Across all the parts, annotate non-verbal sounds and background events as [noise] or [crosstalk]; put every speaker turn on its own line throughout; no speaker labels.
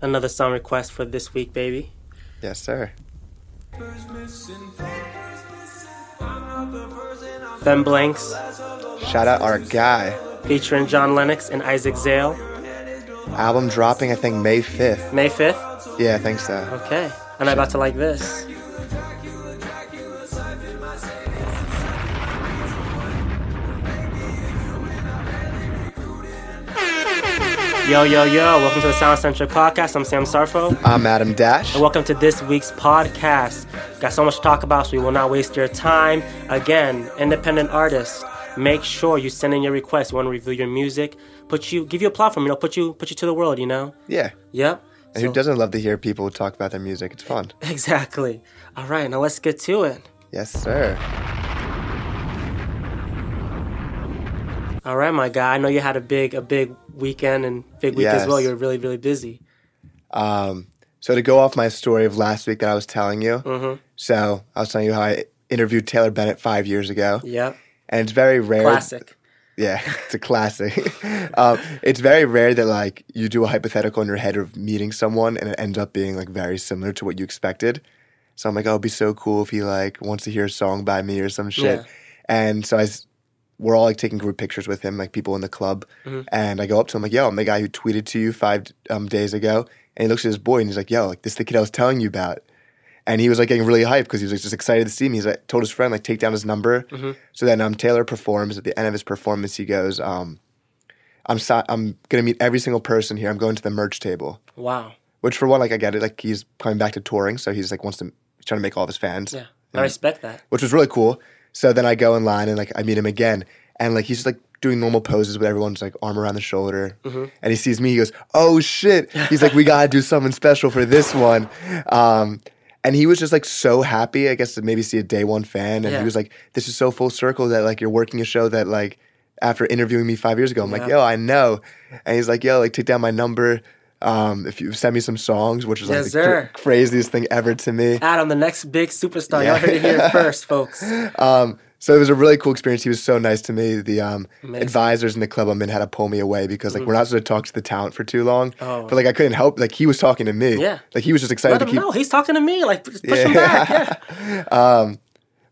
another song request for this week, baby?
Yes, sir.
Ben Blanks
Shout out our guy.
featuring John Lennox and Isaac Zale.
Album dropping, I think, May 5th.
May 5th?
Yeah, I think so.
Okay. And I'm about to like this. Yo, yo, yo. Welcome to the Sound Centric Podcast. I'm Sam Sarfo.
I'm Adam Dash.
And welcome to this week's podcast. Got so much to talk about, so we will not waste your time. Again, independent artists, make sure you send in your requests. You want to review your music, put you, give you a platform. You know, put you, put you to the world. You know.
Yeah.
Yep.
And who
So-
doesn't love to hear people talk about their music? It's fun.
[laughs] Exactly. All right, now let's get to it.
Yes, sir.
All right, my guy. I know you had a big, a big weekend and big week as
Yes.
well. You were really, really busy.
Um, so to go off my story of last week that I was telling you, so I was telling you how I interviewed Taylor Bennett five years ago,
Yep.
and it's very rare.
Classic.
Yeah, it's a classic. [laughs] um, it's very rare that like you do a hypothetical in your head of meeting someone and it ends up being like very similar to what you expected. So I'm like, oh, it'd be so cool if he like wants to hear a song by me or some shit.
Yeah.
And so I, s- we're all like taking group pictures with him, like people in the club. And I go up to him like, yo, I'm the guy who tweeted to you five um, days ago. And he looks at his boy and he's like, yo, like this is the kid I was telling you about. And he was like getting really hyped because he was like, just excited to see me. He's like, told his friend like take down his number. So then um, Taylor performs. At the end of his performance, he goes, um, "I'm si- I'm gonna meet every single person here. I'm going to the merch table."
Wow.
Which for one, like I get it. Like he's coming back to touring, so he's like wants to he's trying to make all of his fans.
Yeah. I respect that.
Which was really cool. So then I go in line and like I meet him again, and like he's just like doing normal poses with everyone's like arm around the shoulder,
Mm-hmm.
and he sees me. He goes, "Oh shit!" He's like, "We gotta do something special for this one." Um, and he was just like so happy, I guess, to maybe see a day one fan, and
Yeah.
he was like, "This is so full circle that like you're working a show that like." After interviewing me five years ago, I'm like,
Yeah.
yo, I know. And he's like, yo, like, take down my number um, if you send me some songs, which is like
Yes,
the cra-
sir.
craziest thing ever to me.
Adam, the next big superstar.
Yeah.
Y'all heard it
[laughs]
here first, folks.
Um, so it was a really cool experience. He was so nice to me. The um,
Amazing. Mm-hmm.
advisors in the club I'm in had to pull me away because like we're not supposed to talk to the talent for too long.
Oh.
But like I couldn't help. Like he was talking to me.
Yeah.
Like he was just excited
Let
to
him
keep.
know. He's talking to me. Like, push him back. Yeah.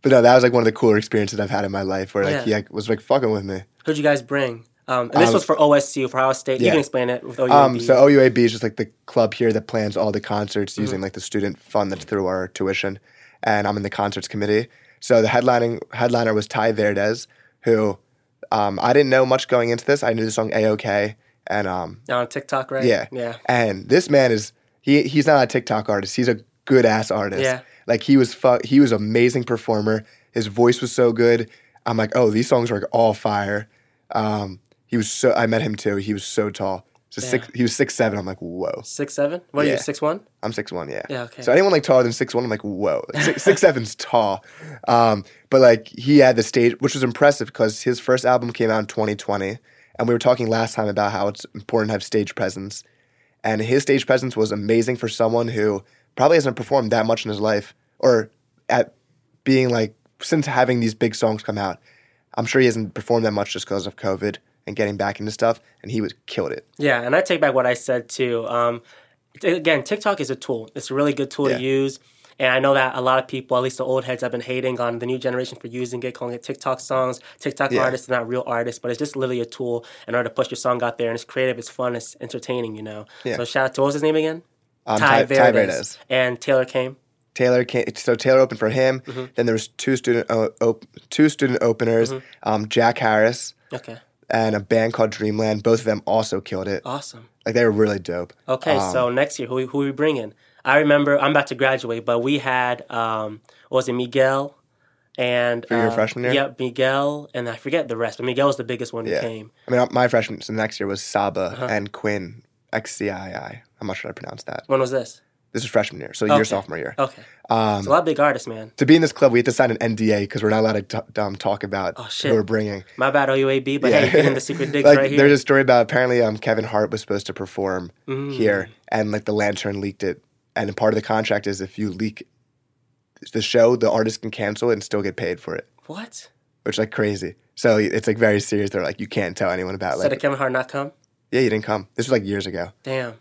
But no, that was like one of the cooler experiences I've had in my life where like
Yeah.
he like, was like fucking with me.
Who'd you guys bring? Um, and this
Um,
was for OSU, for Ohio State. You
yeah.
can explain it with OUAB.
Um, so OUAB is just like the club here that plans all the concerts
Mm-hmm.
using like the student fund that's through our tuition, and I'm in the concerts committee. So the headlining headliner was Ty Verdes, who um, I didn't know much going into this. I knew the song AOK, and um,
on TikTok, right?
yeah,
Yeah.
And this man is he he's not a TikTok artist. He's a good ass artist.
Yeah.
like he was fu- he was amazing performer. His voice was so good. I'm like, oh, these songs are like all fire. Um, he was so I met him too. He was so tall. So six, he was six seven. I'm like, whoa.
Six seven? What are you?
Yeah.
Six one?
I'm six one, yeah.
Yeah, okay.
So anyone like taller than six one, I'm like, whoa, like, six, six seven's tall. Um, but like he had the stage, which was impressive because his first album came out in 2020, and we were talking last time about how it's important to have stage presence, and his stage presence was amazing for someone who probably hasn't performed that much in his life, or at being like since having these big songs come out, I'm sure he hasn't performed that much just because of COVID and getting back into stuff, and he was killed it.
Yeah, and I take back what I said too. Um, t- again, TikTok is a tool. It's a really good tool
Yeah.
to use. And I know that a lot of people, at least the old heads, have been hating on the new generation for using it, calling it TikTok songs. TikTok
Yeah.
artists are not real artists, but it's just literally a tool in order to push your song out there. And it's creative, it's fun, it's entertaining, you know.
Yeah.
So shout out to what was his name again?
Um,
And Taylor came.
Taylor came, so Taylor opened for him.
Mm-hmm.
Then there was two student o- op- two student openers,
Mm-hmm.
um, Jack Harris
Okay,
and a band called Dreamland. Both of them also killed it.
awesome.
Like they were really dope.
Okay,
Um,
so next year, who we- who we bringing? I remember I'm about to graduate, but we had um, what was it Miguel and for
your freshman year?
Yep, Miguel and I forget the rest, but Miguel was the biggest one who
Yeah.
came.
I mean, my freshman so the next year was Saba
Uh-huh.
and Quinn XCII. I'm not sure how to pronounce that.
When was this?
This is freshman year, so
Okay. Oh.
your sophomore year. Um,
Okay, so a lot of big artists, man.
To be in this club, we had to sign an NDA because we're not allowed to t- um, talk about
Oh, shit.
who we're bringing.
My bad OUAB, but
[laughs]
hey, getting the secret digs
like,
right here.
There's a story about apparently um, Kevin Hart was supposed to perform
Mm-hmm. Hmm.
here, and like the Lantern leaked it. And part of the contract is if you leak the show, the artist can cancel it and still get paid for it,
what?
which is like crazy. So it's like very serious. They're like, you can't tell anyone about
Said
like,
a Kevin Hart not come?
yeah, you didn't come. This was like years ago.
Damn. You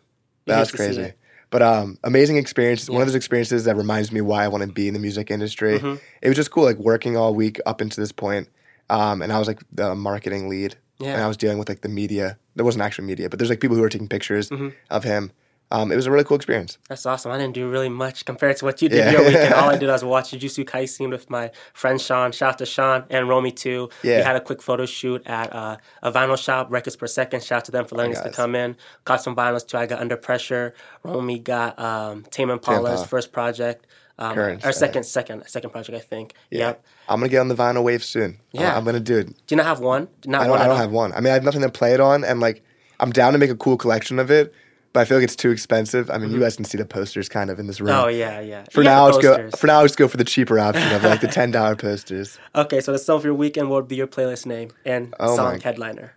That's
get to see
crazy.
it.
But um, amazing experience. One of those experiences that reminds me why I want to be in the music industry.
Mm-hmm.
It was just cool, like working all week up into this point. Um, and I was like the marketing lead, and
Yeah.
I was dealing with like the media. There wasn't actual media, but there's like people who were taking pictures
Mm-hmm.
of him. Um, it was a really cool experience.
That's awesome. I didn't do really much compared to what you did
Yeah.
your weekend. All
[laughs]
I did was watch Jujutsu Kaisen with my friend Sean. Shout out to Sean and Romy too. We
Yeah.
had a quick photo shoot at uh, a vinyl shop, Records Per Second. Shout out to them for letting us to
guys.
come in. Got some vinyls too. I got Under Pressure. Romy got um, Tame Impala's
Impala.
first project. Um,
Current,
or
I
second, second, second project, I think. Yep.
I'm gonna get on the vinyl wave soon.
Yeah.
I- am gonna do it.
Do you not have one? Not
I don't,
one.
I
at
don't
all?
have one. I mean, I have nothing to play it on, and like, I'm down to make a cool collection of it, but I feel like it's too expensive. I mean, you guys can see the posters kind of in this room.
Mm-hmm. Oh yeah, yeah.
for
You got
now,
the
let's go.
posters.
For now, let's go for
[laughs]
the cheaper option of like the ten dollar posters.
Okay, so the song for your weekend what would be your playlist name and
Oh
song
my-
headliner.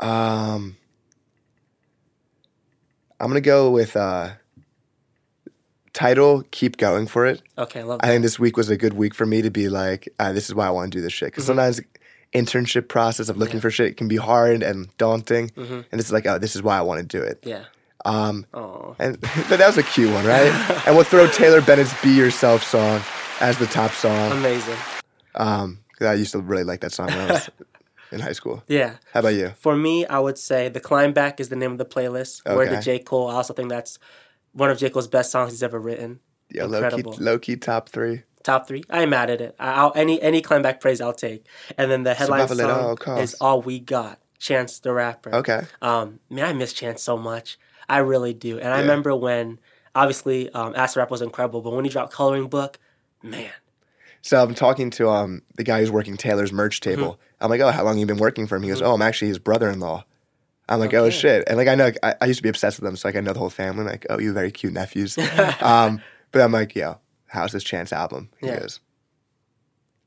Um, I'm gonna go with uh, title. Keep going for it.
Okay, I love
I
that.
think this week was a good week for me to be like, uh, this is why I want to do this shit. Because
Mm-hmm.
sometimes internship process of looking for shit can be hard and daunting,
Mm-hmm.
and this is like, oh, this is why I want to do it.
yeah.
Um,
Oh.
and [laughs] but that was a cute one, right? and we'll throw Taylor Bennett's "Be Yourself" song as the top song.
Amazing.
Um, 'cause I used to really like that song when
[laughs]
I was in high school.
Yeah.
How about you?
For me, I would say The Climb Back is the name of the playlist. Where the J.
Okay.
Cole. I also think that's one of J. Cole's best songs he's ever written.
Yeah, low key,
Incredible.
low key top three.
Top three. I ain't mad at it. I, I'll, any any climb back praise I'll take. And then the headline
Survival at all
song
costs.
is All We Got. Chance the Rapper.
Okay.
Um, man, I miss Chance so much. I really do. And I remember when, obviously, um, Acid Rap was incredible, but when he dropped Coloring Book,
[laughs]
man,
So I'm talking to um the guy who's working Taylor's merch
Mm-hmm.
table. I'm like, oh, how long you been working for him? He goes, oh, I'm actually his brother-in-law. I'm like, oh
Okay.
shit, and like I know, like, I, I used to be obsessed with them, so like I know the whole family. I'm like, oh, you very
[laughs]
cute nephews. um, but I'm like, yo, how's this Chance album? He
Yeah.
goes,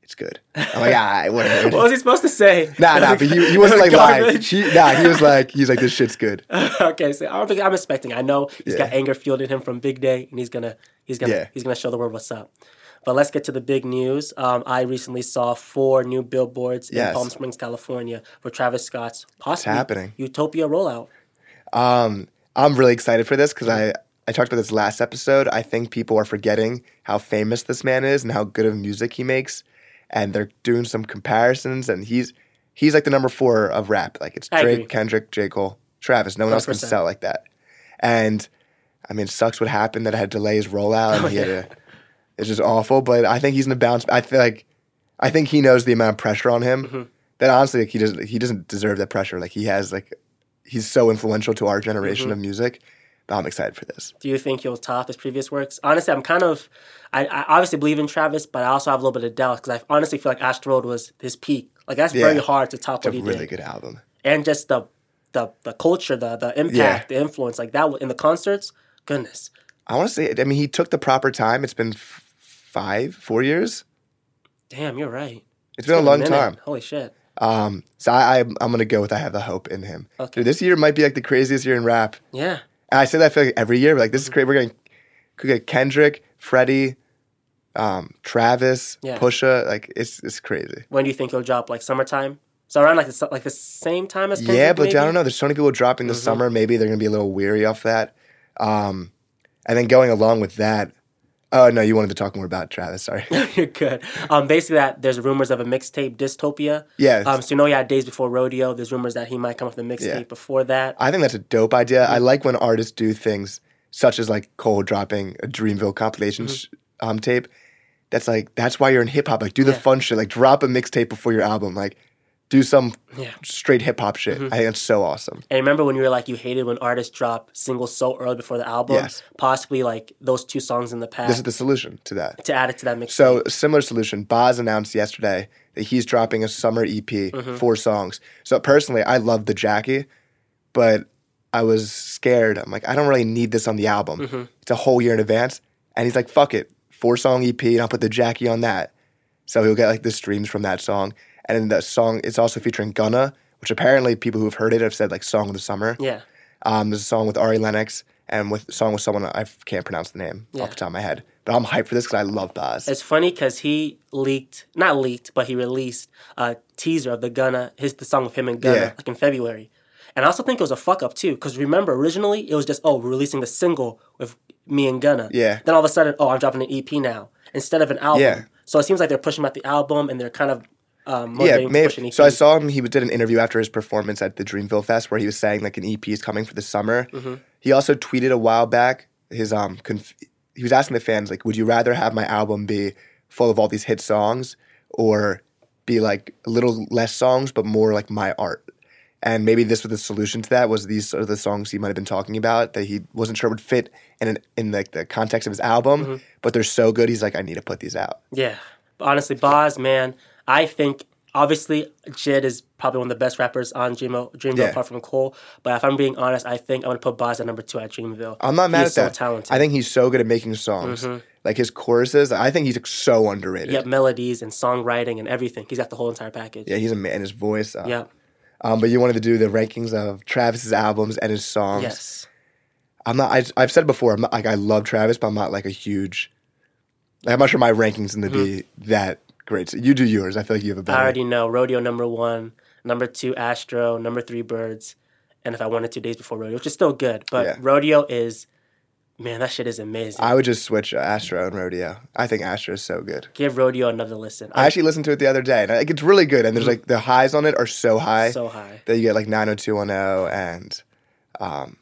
it's good. I'm like, ah,
[laughs]
whatever.
what was he supposed to say?
Nah, nah, but he, he wasn't
[laughs]
like lying.
Garbage.
He, nah, he was like, he's like, this shit's good.
[laughs] okay, so I don't think I'm expecting. I know he's got anger fueled in him from Big Day, and he's gonna he's gonna
Yeah.
he's gonna show the world what's up. But let's get to the big news. Um, I recently saw four new billboards in
Yes.
Palm Springs, California, for Travis Scott's possibly
happening?
Utopia rollout.
Um, I'm really excited for this because I, I talked about this last episode. I think people are forgetting how famous this man is and how good of music he makes, and they're doing some comparisons. And he's he's like the number four of rap. Like it's
I agree.
Drake, Kendrick, J. Cole, Travis. No one else can
100%.
sell like that. And I mean, it sucks what happened that it had delays rollout. And he had
yeah.
a, it's just awful. But I think he's in a bounce. I feel like I think he knows the amount of pressure on him. That honestly, like, he doesn't he doesn't deserve that pressure. Like he has like he's so influential to our generation of music. I'm excited for this.
Do you think he'll top his previous works? Honestly, I'm kind of, I, I obviously believe in Travis, but I also have a little bit of doubt because I honestly feel like Astroworld was his peak. Like that's very
Yeah.
hard to top what
A
he
really
did.
good album.
and just the the the culture, the the impact, the influence, like that in the concerts. Goodness,
I want to say. I mean, he took the proper time. It's been f- five, four years.
damn, you're right.
It's been a long
minute.
time.
Holy shit.
Um, so I, I, I'm gonna go with I have the hope in him.
Okay.
Dude, this year might be like the craziest year in rap.
Yeah,
And I say that I feel like every year, but like this
Mm-hmm.
is great. We're going to get Kendrick, Freddie, um, Travis,
Yeah.
Pusha. Like it's it's crazy.
when do you think he'll drop? Like summertime. So around like the, su- like the same time as Kendrick,
yeah, but I
maybe? Mm-hmm.
don't know. There's so many people dropping this summer. Maybe they're gonna be a little weary off that. Um, and then going along with that. Oh no, you wanted to talk more about Travis. Sorry. [laughs]
[laughs] You're good. Um, basically, that there's rumors of a mixtape Dystopia.
Yes.
Um, so you know, yeah, days before rodeo, there's rumors that he might come up with a mixtape
Yeah.
before that.
I think that's a dope idea.
Mm-hmm.
I like when artists do things such as like Cole dropping a Dreamville compilation sh-
Mm-hmm.
um, tape. That's like that's why you're in hip hop. Like do the
Yeah.
fun shit. Like drop a mixtape before your album. Like do some
Yeah. Mm-hmm.
straight hip hop shit. I think that's so awesome.
And remember when you were like, you hated when artists drop singles so early before the album,
Yes.
possibly like those two songs in the
This
past
is the solution to that.
to add it to that mixtape.
So similar solution. Boz announced yesterday that he's dropping a summer EP,
Mm-hmm.
four songs. So personally, I love the Jackie, but I was scared. I'm like, I don't really need this on the album.
Mm-hmm.
It's a whole year in advance. And he's like, fuck it, four song EP, and I'll put the Jackie on that. So he'll get like the streams from that song. And then the song, it's also featuring Gunna, which apparently people who've heard it have said like song of the summer.
yeah.
Um, there's a song with Ari Lennox and with a song with someone I can't pronounce the name
Yeah.
off the top of my head. But I'm hyped for this because I love Boz.
It's funny because he leaked, not leaked, but he released a teaser of the Gunna, his the song with him and Gunna,
Yeah.
like in February. And I also think it was a fuck up too, because remember originally it was just oh we're releasing the single with me and Gunna.
Yeah.
Then all of a sudden oh I'm dropping an EP now instead of an album.
Yeah.
So it seems like they're pushing out the album and they're kind of um,
Yeah,
motivating to push an
maybe.
EP.
So I saw him. He did an interview after his performance at the Dreamville Fest where he was saying like an EP is coming for the summer. He also tweeted a while back his um. Conf- he was asking the fans like, "Would you rather have my album be full of all these hit songs, or be like a little less songs but more like my art?" And maybe this was the solution to that was these are the songs he might have been talking about that he wasn't sure would fit in an, in like the context of his album, but they're so good. He's like, "I need to put these out."
Yeah. But honestly, Boz, man, I think obviously Jid is probably one of the best rappers on Dreamville, Dreamville
Yeah.
apart from Cole. But if I'm being honest, I think I'm gonna put Boz at number two at Dreamville.
I'm not mad
He's
at
so
that.
talented. Mm-hmm.
I think he's so good at making songs. Like his choruses, I think he's like, so underrated.
he got melodies and songwriting and everything. He's got the whole entire package.
Yeah, he's a man. His voice. Uh,
Yep.
Um, but you wanted to do the rankings of Travis's albums and his songs.
Yes.
I'm not. I, I've said before. I'm not, like I love Travis, but I'm not like a huge. Like, I'm not sure my rankings going to be that great. So you do yours. I feel like you have a
Mm-hmm. I
better.
already know rodeo number one, number two Astro, number three Birds, and if I wanted two days before rodeo, which is still good, but
Yeah.
rodeo is, man, that shit is amazing.
I would just switch uh, Astro and Rodeo. I think Astro is so good.
Give rodeo another listen.
I actually listened to it the other day, and like, it's really good. And there's
Mm-hmm.
like the highs on it are so high.
I'm so high.
that you get like 90210 and um,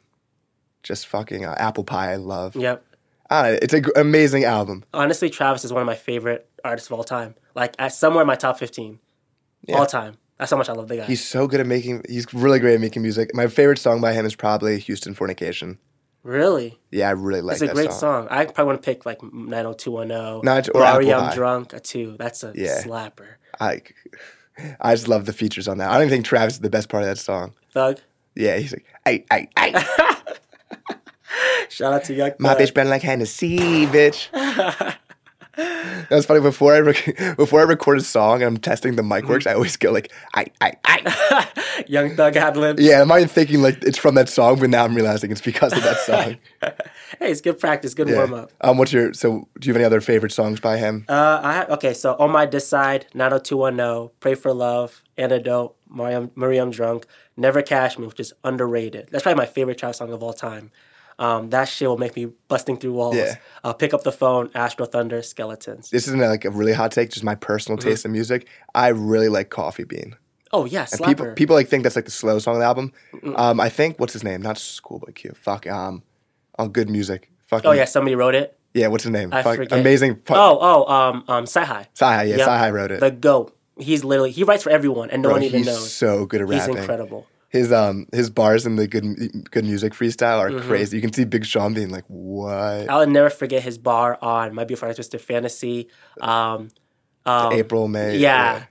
just fucking uh, apple pie. I love.
Yep.
I don't know, it's an amazing album.
honestly, Travis is one of my favorite artists of all time. Like at somewhere in my top fifteen, all time. That's how much I love the guy.
He's so good at making. He's really great at making music. My favorite song by him is probably "Houston Fornication."
really,
Yeah, I really like
it's
that
a great song.
song.
I probably want to pick like 90210
No, it's- or
Sorry,
Apple
I'm
Pie.
drunk. A two. That's a
Yeah.
slapper.
I, I just love the features on that. I don't even think Travis is the best part of that song.
Thug.
Yeah, he's like, "Hey, hey, hey,
Shout out to Young. [laughs]
my bitch been like Hennessy, bitch." That was funny. Before I rec- [laughs] before I record a song and I'm testing the mic
Mm.
works, I always go like, "I, I, I."
[laughs] Young Thug ad lib.
Yeah, I'm not even thinking like it's from that song, but now I'm realizing it's because of
[laughs]
that song.
Hey, it's good practice. Good warm
yeah.
up.
Um, what's your so? Do you have any other favorite songs by him?
Uh, I okay. So on my decide, 90210, oh, pray for love, antidote, Mariam, Mariam drunk, never cash me, which is underrated. That's probably my favorite Travis song of all time. Um, that shit will make me busting through walls.
Yeah.
Uh, pick up the phone, Astro Thunder, Skeletons.
this isn't like a really hot take, just my personal
Mm-hmm.
taste in music. I really like Coffee Bean.
Oh yeah, slapper.
People people like think that's like the slow song of the album. Um, I think what's his name? Not Schoolboy Q. Fuck. Um, on Good Music. Fuck.
oh yeah, somebody wrote it.
Yeah. What's his name?
I
Fuck.
forget.
Amazing. Fuck.
Oh oh um um Sci-Hi.
Sahai. Yeah.
Yep.
Sahai wrote it.
The goat. He's literally he writes for everyone and no
Bro,
one even
he's
knows.
so good at
he's
rapping.
incredible.
His um his bars in the good M- good music freestyle are
Mm-hmm.
crazy. You can see Big Sean being like, "What?"
I'll never forget his bar on My Beautiful Dark Twisted Fantasy. Um, um,
April, May.
yeah.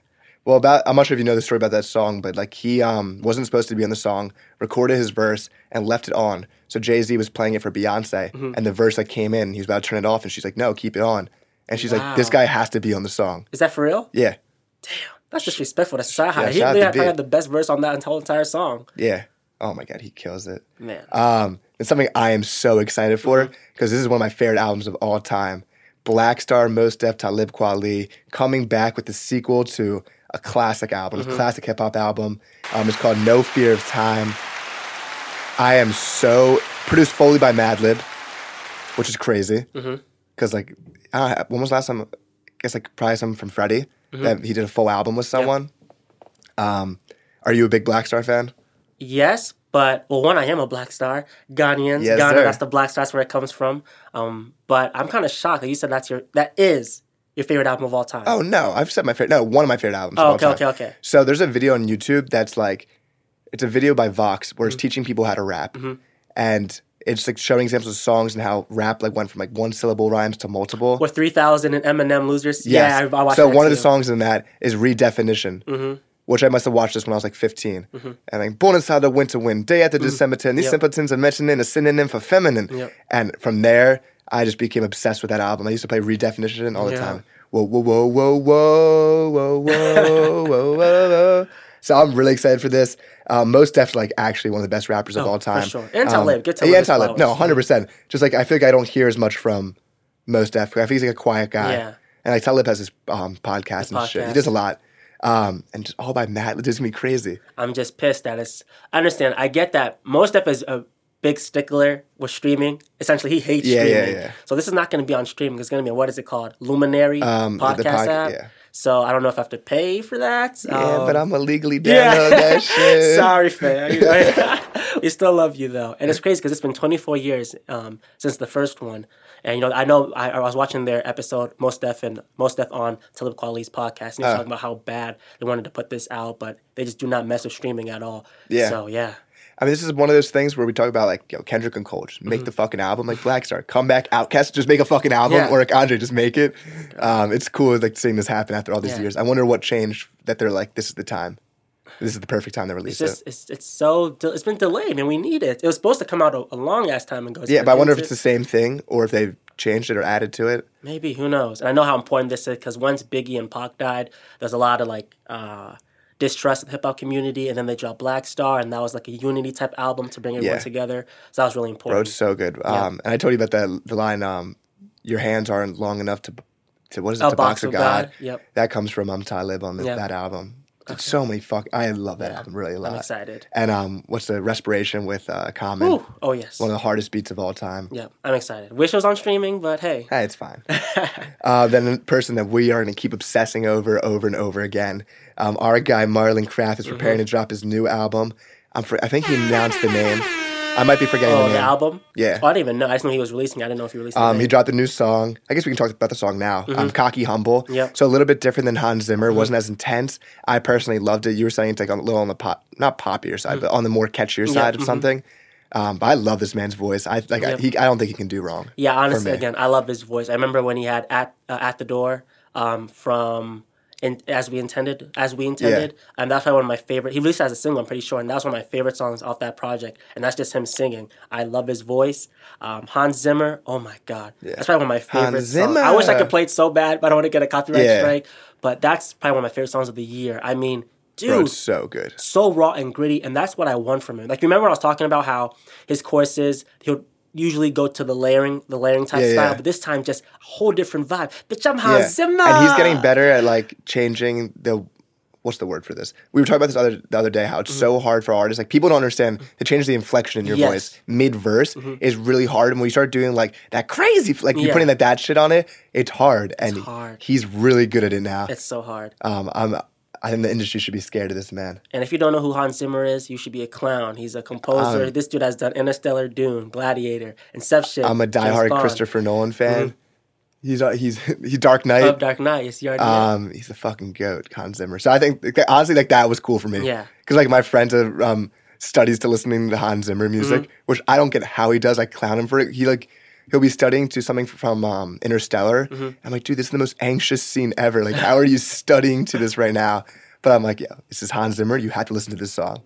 Well, about I'm not sure if you know the story about that song, but like he um wasn't supposed to be on the song, recorded his verse and left it on. So Jay Z was playing it for Beyonce,
Mm-hmm.
and the verse like came in. He was about to turn it off, and she's like, "No, keep it on." And she's like, "This
Wow.
guy has to be on the song."
Is that for real?
Yeah,
That's disrespectful. That's Sahai.
Yeah,
he
shout out
really
to
had, probably
Big.
had the best verse on that whole entire song.
yeah. Oh my god, he kills it.
Man.
Um, it's something I am so excited for
Mm-hmm.
because this is one of my favorite albums of all time. Black Star, Most Def, Talib Kweli, coming back with the sequel to a classic album,
Mm-hmm.
a classic hip hop album. Um, it's called No Fear of Time. I am so produced fully by Madlib, which is crazy
Mm-hmm.
because like I don't know, when was the last time? I guess like probably something from Freddie
Mm-hmm.
that he did a full album with someone. Um, are you a big Black Star fan?
yes, but, well, one, I am a black star. Ghanaians.
Yes,
Ghana,
sir.
that's the black star. That's where it comes from. Um, but I'm kind of shocked that you said that's your, that is your favorite album of all time.
Oh no, I've said my favorite. No, one of my favorite albums. of
Oh,
all
okay,
time.
okay, okay.
So there's a video on YouTube that's like, it's a video by Vox where it's teaching people how to rap, and it's like showing examples of songs and how rap like went from like one syllable rhymes to multiple.
With 3000 and Eminem Losers.
Yes.
Yeah, I, I watched
so
that
one of
too. Mm-hmm.
the songs in that is redefinition. Which I must have watched this when I was like 15. And like, born inside the winter wind, day after December 10,
Mm.
these
Yep.
simpletons are mentioning a synonym for feminine.
Yep.
And from there, I just became obsessed with that album. I used to play redefinition all the
Yeah.
time. Whoa, whoa, whoa, whoa, whoa, whoa, whoa, whoa, whoa, whoa. So I'm really excited for this. Um, most Def's like actually one of the best rappers of all time.
Oh,
Um,
sure. And Talib. Give Talib
yeah,
his
Talib. No,
flowers.
hundred percent. Just like I feel like I don't hear as much from most Def. I think he's like a quiet guy.
Yeah.
And like Talib has his um, podcast and shit. He
podcast.
does a lot. um, and just all by Matt. It's gonna be crazy.
I'm just pissed that it's. I understand. I get that. Most Def is a big stickler with streaming. Essentially, he hates
Yeah, yeah,
streaming.
yeah.
So this is not going to be on streaming. It's going to be what is it called? Luminary
Um, the
podcast
pod-
app.
yeah.
So I don't know if I have to pay for that.
yeah, but I'm illegally
Oh. Yeah. [laughs]
download that shit.
Sorry,
[laughs]
fam. we still love you though, and it's crazy because it's been 24 years um, since the first one. And you know, I know I, I was watching their episode Most Def and Most Def on Talib Kweli's podcast, and he
Ah.
was talking about how bad they wanted to put this out, but they just do not mess with streaming at all.
Yeah.
So yeah,
I mean, this is one of those things where we talk about like yo, Kendrick and Cole just
Mm-hmm.
make the fucking album, like Black Star, come back, Outcast, just make a fucking album,
Yeah.
or like Andre, just make it. Um, it's cool like seeing this happen after all these
Yeah.
years. I wonder what changed that they're like, this is the time, this is the perfect time to release
it's just
it.
it's it's so de- it's been delayed, and we need it. It was supposed to come out a, a long ass time ago.
Yeah, but I wonder if it's
It's
the same thing or if they've changed it or added to it.
Maybe who knows? And I know how important this is because once Biggie and Pac died, there's a lot of like uh, distrust in the hip hop community, and then they dropped Black Star, and that was like a unity type album to bring everyone
Yeah.
together. So that was really
Bro,
important.
it's so good. Um, and I told you about that the line, um, your hands aren't long enough to, to what is it,
A
to
Box of God. Yep,
That comes from Um Talib on the,
Yeah.
that album. It's So many fuck. I love that album really a lot.
I'm excited.
And um, what's the respiration with uh, Common?
Ooh, oh yes.
One of the hardest beats of all time.
Yep, I'm excited. Wish it was on streaming, but hey,
Hey, Eh, it's fine. [laughs] uh, then the person that we are going to keep obsessing over, over and over again. Um, our guy Marlon Kraft is preparing
Mm-hmm.
to drop his new album. I'm for, I think he announced the name. I might be forgetting
oh
the
the
name.
album.
Yeah.
Oh, I didn't even know. I just knew he was releasing. it. I didn't know if he released.
Um,
it.
he dropped a new song. I guess we can talk about the song now. Um, Cocky Humble.
Mm-hmm. Yep. Mm-hmm.
So a little bit different than Hans Zimmer. wasn't as intense. I personally loved it. You were saying it's like a little on the pop, not poppier side,
Mm-hmm.
but on the more catchier side of something. Um, but I love this man's voice. I like. I, he, I don't think he can do wrong.
Yeah, honestly,
me.
again, I love his voice. I remember when he had at uh, at the door um, from in, as we intended, as we intended, and that's probably one of my favorite. He released it as a single, I'm pretty sure, and that's one of my favorite songs off that project. And that's just him singing. I love his voice. Um, Hans Zimmer, oh my god, that's probably one of my favorite. songs. I wish I
Zimmer.
could play it so bad, but I don't want to get a copyright
Yeah.
strike. But that's probably one of my favorite songs of the year. I mean, dude,
Bro, it's so good.
so raw and gritty, and that's what I want from him. Like remember when I was talking about how his courses he'll usually go to the layering, the layering type
Yeah,
style,
yeah.
but this time just a whole different vibe. Bitch, I'm
Yeah.
Hans Zimmer,
And he's getting better at like changing the what's the word for this? We were talking about this other the other day how it's so hard for artists. Like people don't understand to change the inflection in your
Mm-hmm. Yes. Mm-hmm.
voice mid verse is really hard. And when you start doing like that crazy, like you're
Yeah.
putting that that shit on it, it's hard. And
hard.
he's really good at it now.
It's so hard.
Um, I'm I think the industry should be scared of this man.
And if you don't know who Hans Zimmer is, you should be a clown. He's a composer.
Um,
this dude has done Interstellar, Dune, Gladiator, Inception.
I'm a
James
diehard
Bond, Mm-hmm.
Christopher Nolan fan. He's uh, he's [laughs] he's Dark Knight.
of Dark Knight. Yes, you already know.
Um, he's a fucking goat, Hans Zimmer. So I think honestly, like that was cool for me.
Yeah.
because like my friend uh, um, studies to listening to Hans Zimmer music,
Mm-hmm.
which I don't get how he does. I clown him for it. He like he'll be studying to something from um, Interstellar.
Mm-hmm.
I'm like, dude, this is the most anxious scene ever. Like, how
[laughs]
are you studying to this right now? But I'm like, yeah, this is Hans Zimmer. You have to listen to
[laughs]
this song.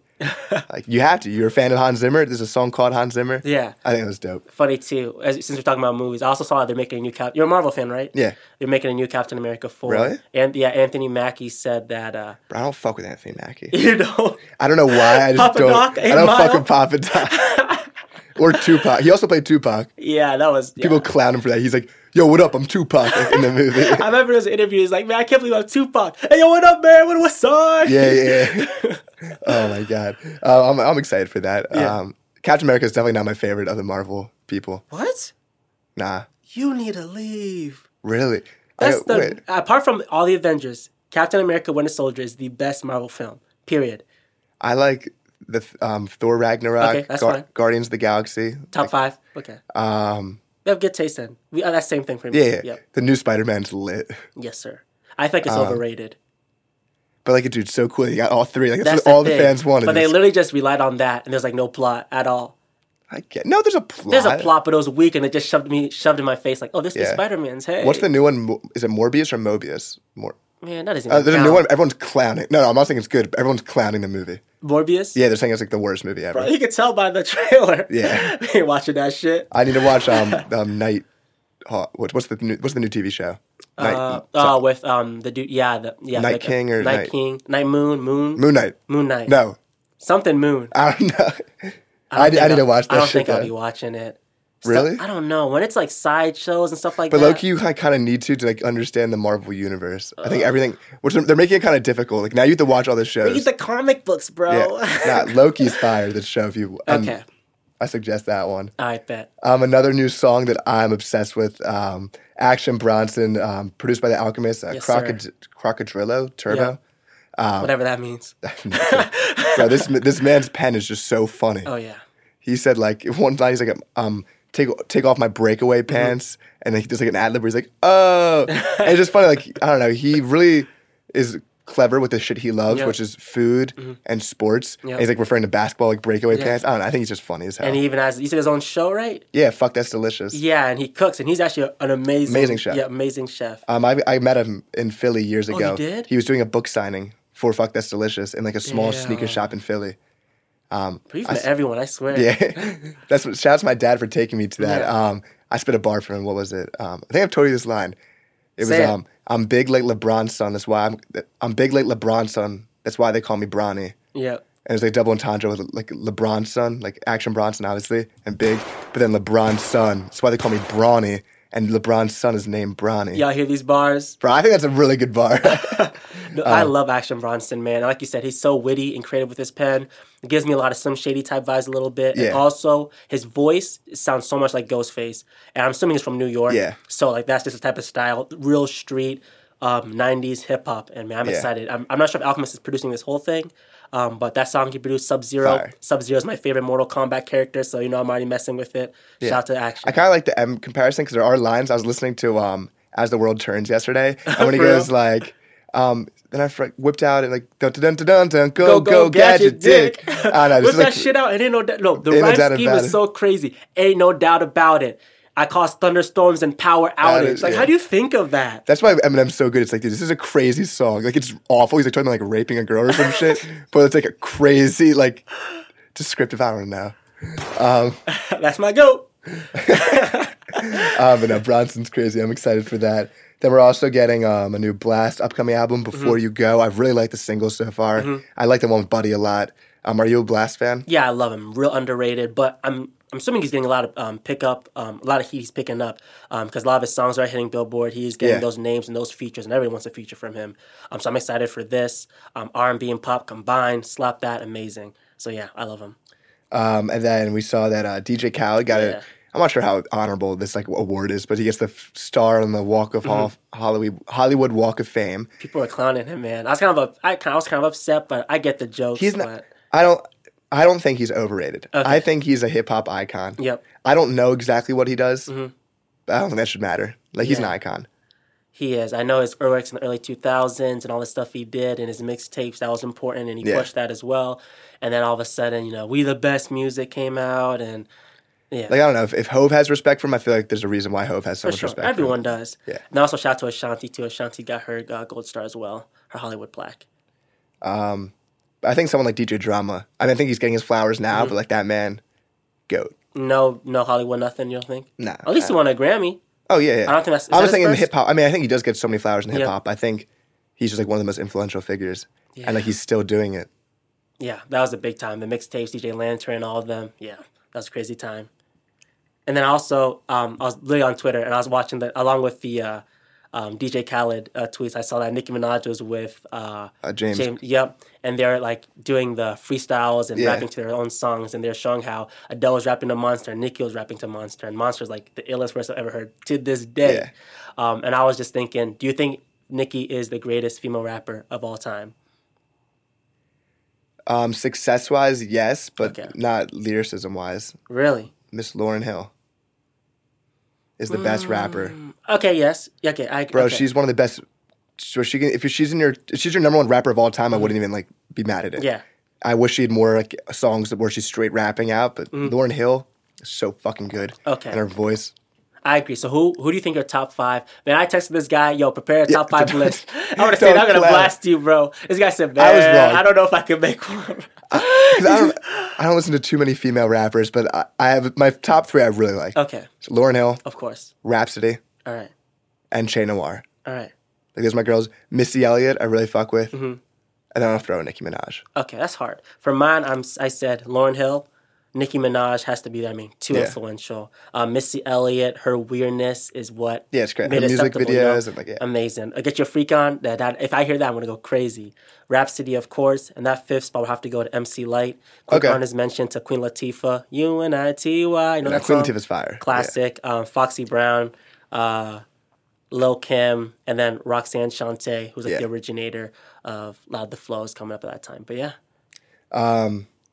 like, you have to. You're a fan of Hans Zimmer. There's a song called Hans Zimmer.
Yeah.
I think it was dope.
funny too, as, since we're talking about movies, I also saw they're making a new Cap. You're a Marvel fan, right?
Yeah.
They're making a new Captain America four.
Really?
And yeah, Anthony Mackie said that. Uh, [laughs]
But I don't fuck with Anthony Mackie.
you know,
I don't know why. I just
Papa
don't.
Doc,
I
Eight
don't
Mile.
fuck with Papa Doc.
[laughs]
or Tupac. He also played Tupac.
yeah, that was yeah.
People clown him for that. He's like, "Yo, what up? I'm Tupac like, in the movie."
[laughs] I remember those interviews like, man, I can't believe I'm Tupac. Hey, yo, what up, man? What what's up?
yeah, yeah. yeah. oh my god, uh, I'm, I'm excited for that.
Yeah.
Um, Captain America is definitely not my favorite of the Marvel people.
What?
Nah,
You need to leave.
really.
That's
I,
the
wait,
apart from all the Avengers, Captain America: Winter Soldier is the best Marvel film. Period.
I like the um, Thor Ragnarok,
Okay, that's fine.
Guardians of the Galaxy.
Top five. Okay.
Um,
We have good taste then. We uh, that same thing for me.
yeah, yeah.
Yep.
the new Spider Man's lit.
Yes, sir. I think
Um,
it's overrated.
But like, dude, so cool. You got all three. Like, that's,
That's
what all the
thing.
fans wanted.
But they
It's-
literally just relied on that, and there's like no plot at all.
I get no. There's a plot.
There's a plot, but it was weak, and it just shoved me shoved in my face like, oh, this is
Yeah.
Spider Man's. Hey,
What's the new one? Mo- Is it Morbius or Mobius? Mor-
man? That isn't.
uh, there's a new one. Everyone's clowning. No, no, I'm not saying it's good. But everyone's clowning the movie.
Morbius.
Yeah, they're saying it's like the worst movie ever.
You could tell by the [laughs] trailer. [laughs]
Yeah.
we ain't watching that shit.
I need to
[laughs]
watch um, um Night. Haw- what, what's the new, what's the new TV show? Night,
Uh, uh, with um the dude, yeah, the yeah,
Night
like, uh,
King or
Night,
Night-
King, Night Moon, Moon,
Moon Knight.
Moon Knight,
No,
something Moon.
I don't know. I, I,
think
need to
I'll-
watch that
I don't
shit.
think I'll
though.
be watching it. Stuff-
Really?
I don't know. When it's like sideshows and stuff like
But
that.
low key, you kind of need to to like understand the Marvel universe. I
Uh.
think everything, which they're- they're making it kind of difficult. Like now you have to watch all the shows.
Read the comic books, [laughs] bro.
yeah, nah, Loki's fire. The show, if you um,
okay.
I suggest that one.
I bet.
Um, another new song that I'm obsessed with, um, Action Bronson, um, produced by The Alchemist, uh,
Yes,
Crocod- Crocodrillo Turbo. Um,
Whatever that
[laughs]
means.
Bro, this this man's pen is just so funny.
Oh, yeah.
He said like one time he's like um take take off my breakaway
Mm-hmm.
pants and then he does like an ad lib where he's like
[laughs]
oh and it's just funny like I don't know he really is clever with the shit he loves
Yeah.
which is food and sports
Yeah.
and he's like referring to basketball like breakaway
Mm-hmm. Yeah.
pants I don't know I think he's just funny as hell
And he even has, you said his own show, right?
yeah fuck that's delicious
Yeah, and he cooks, and he's actually an amazing,
Amazing chef.
Yeah, amazing chef.
um I I met him in Philly years
you
ago
Oh, did?
he was doing a book signing for fuck that's delicious in like a small sneaker
Damn.
shop in Philly [laughs]
But he's met everyone, I swear. [laughs]
Yeah, that's what. Shouts to my dad for taking me to that.
Yeah.
Um, I spit a bar for him. What was it? Um, I think I've told you this line. It was
Say it.
um, I'm big like LeBron's son. That's why I'm I'm big like LeBron's son. That's why they call me Bronny.
Yeah.
And it was like double entendre with like LeBron's son, like Action Bronson, obviously, and big. But then LeBron's son. That's why they call me Brawny. And LeBron's son is named Bronny.
Y'all hear these bars?
Bro, I think that's a really good bar. [laughs]
No,
Uh,
I love Action Bronson, man. Like you said, he's so witty and creative with his pen. It gives me a lot of some shady type vibes a little bit. And
Yeah.
also, his voice sounds so much like Ghostface. And I'm assuming he's from New York.
Yeah.
So, like, that's just the type of style, real street, um, 90s hip hop. And, man, I'm
Yeah.
excited. I'm, I'm not sure if Alchemist is producing this whole thing, um, but that song he produced, Sub Zero.
Fire.
Sub Zero is my favorite Mortal Kombat character, so, you know, I'm already messing with it. Shout out to Action.
I kind of like the M comparison because there are lines I was listening to um, as the world turns
[laughs]
yesterday, and when he
For real?
goes like, um, then I fr- whipped out and like dun dun dun dun dun
go
go go, gadget, dick. [laughs] I know
Whip
this is
that
like
shit out and ain't no doubt. No, the
Ain't no
rhyme
doubt
scheme
about
is
it.
so crazy. Ain't no doubt about it. I cause thunderstorms and power
Outage,
outage. Like,
yeah.
how do you think of that? [laughs]
that's why Eminem's so good. It's like dude, this is a crazy song. Like it's awful. He's like talking about like raping a girl or some
[laughs]
shit, but it's like a crazy like descriptive. I don't know.
That's my goat.
Um, but no, Bronson's crazy. I'm excited for that. Then we're also getting um, a new Blast upcoming album,
Mm-hmm.
Before You Go. I've really liked the singles so far. I like the one with Buddy a lot. Um, are you a Blast fan?
Yeah, I love him. Real underrated, but I'm I'm assuming he's getting a lot of um, pickup, um, a lot of heat he's picking up because a lot of his songs are hitting Billboard. He's getting
Yeah.
those names and those features, and everyone wants a feature from him. Um, so I'm excited for this um, R&B and pop combined. Slap that, amazing. So yeah, I love him.
Um, and then we saw that uh, DJ Khaled got
Yeah.
a. I'm not sure how honorable this like award is, but he gets the f- star on the Walk
Mm-hmm.
of Hall, Hollywood Hollywood Walk of Fame.
People are clowning him, man. I was kind of up, I, kind- I was kind of upset, but I get the jokes.
He's not.
but-
I don't. I don't think he's overrated.
Okay.
I think he's a hip hop icon.
Yep.
I don't know exactly what he does.
Mm-hmm.
But I don't think that should matter. Like he's an icon.
He is. I know his works in the early 2000s and all the stuff he did and his mixtapes, that was important, and he
Yeah.
pushed that as well. And then all of a sudden, you know, We the Best music came out, and yeah,
Like I don't know if, if Hove has respect for him. I feel like there's a reason why Hove has so
for
much
sure.
respect. For him.
Everyone does.
Yeah.
And also, shout out to Ashanti, too. Ashanti got her uh, Gold Star as well, her Hollywood plaque.
I think someone like DJ Drama. I mean, I think he's getting his flowers
Mm-hmm.
now, but like that man, goat.
No, no Hollywood, nothing, you don't think?
Nah.
At least he won a Grammy.
Oh yeah, yeah.
I don't think that's- is
I
that
was
his
thinking
first?
hip hop. I mean, I think he does get so many flowers in hip hop. I think he's just like one of the most influential figures, and like he's still doing it.
Yeah, that was a big time. The mixtapes, DJ Lantern, all of them. Yeah, that was a crazy time. And then also, um, I was literally on Twitter and I was watching that along with the uh, um, DJ Khaled uh, tweets. I saw that Nicki Minaj was with uh,
Uh, James.
Yep, and they're like doing the freestyles and
Yeah.
rapping to their own songs, and they're showing how Adele was rapping to Monster, and Nicki was rapping to Monster, and Monster's like the illest person I've ever heard to this day.
Yeah.
Um, and I was just thinking, do you think Nicki is the greatest female rapper of all time?
Um, success wise, yes, but
Okay.
not lyricism wise.
Really?
Miss Lauren Hill is the best rapper,
Okay. Yes. Okay. I
bro.
Mm. okay.
She's one of the best. So she can, if she's in your, if she's your number one rapper of all time, I wouldn't even like be mad at it.
Mm-hmm. Yeah.
I wish she had more like songs where she's straight rapping out, but Lauren Hill is so fucking good.
Mm. Okay.
and her voice.
I agree. So who who do you think are top five? Man, I texted this guy, yo, prepare a top
[laughs]
five list. I would have said,
Don't
I'm gonna
clap.
blast you, bro. This guy said, man,
I
I,
was wrong.
don't know if I could make one. [laughs]
'Cause I don't, I don't listen to too many female rappers, but I, I have my top three I really like.
okay,
So Lauren Hill,
of course.
Rhapsody,
All right,
and Che Noir.
all right.
Like those are my girls. Missy Elliott, I really fuck with. And then I'll throw in Nicki Minaj.
Okay, that's hard. For mine, I'm I said Lauren Hill, Nicki Minaj has to be there. I mean, too
Yeah.
influential. Uh, Missy Elliott, her weirdness is what
Yeah, it's great.
made
Her
it
music
acceptable, you know?
videos and like yeah.
amazing. I get your freak on that, that. If I hear that, I'm gonna go crazy. Rhapsody, of course, and that fifth spot would have to go to MC Light. Quick
Okay.
honest mention to Queen Latifah, U N I T Y. You know
Now,
that
Queen
song?
Latifah's fire.
classic. Um, Foxy Brown, uh, Lil Kim, and then Roxanne Shante, who's like
Yeah.
the originator of Loud the Flow, is coming up at that time. But yeah,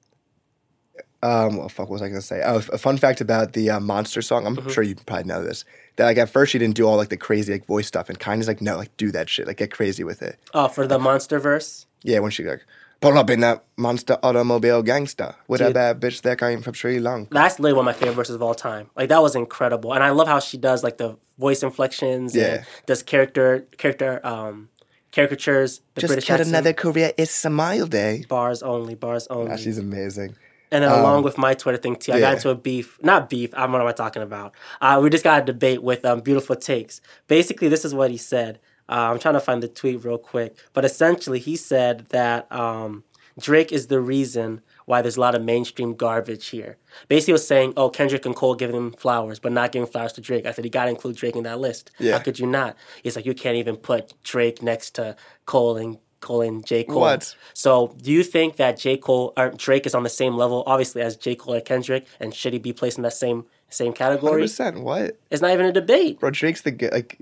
Yeah. Um, well, fuck, what was I gonna say? Oh, a fun fact about the uh, Monster song. I'm sure you probably know this. That like at first she didn't do all like the crazy like voice stuff, and Kanye's like, no, like do that shit, like get crazy with it.
oh, for the Monster Verse.
Yeah, when she like pull up in that monster automobile gangster with a
Dude.
bad bitch that came from Sri Lanka.
That's literally one of my favorite verses of all time. Like that was incredible, and I love how she does like the voice inflections
Yeah.
and does character character um caricatures. The
Just
British
cut
accent.
another Korea. It's Smile Day.
bars only, bars only.
Ah, she's amazing.
And then along with my Twitter thing too, I
Um, yeah.
got into a beef. Not beef. I don't know what I'm talking about. Uh, we just got a debate with um, Beautiful Takes. Basically, this is what he said. Uh, I'm trying to find the tweet real quick, but essentially he said that um, Drake is the reason why there's a lot of mainstream garbage here. Basically, he was saying, "Oh, Kendrick and Cole giving him flowers, but not giving flowers to Drake." I said, "You got to include Drake in that list.
Yeah.
How could you not?" He's like, "You can't even put Drake next to Cole and Cole and J Cole."
What?
So, do you think that J. Cole or Drake is on the same level, obviously, as J. Cole or Kendrick, and should he be placed in that same same category?
100%. What?
It's not even a debate.
Bro, Drake's the go- like,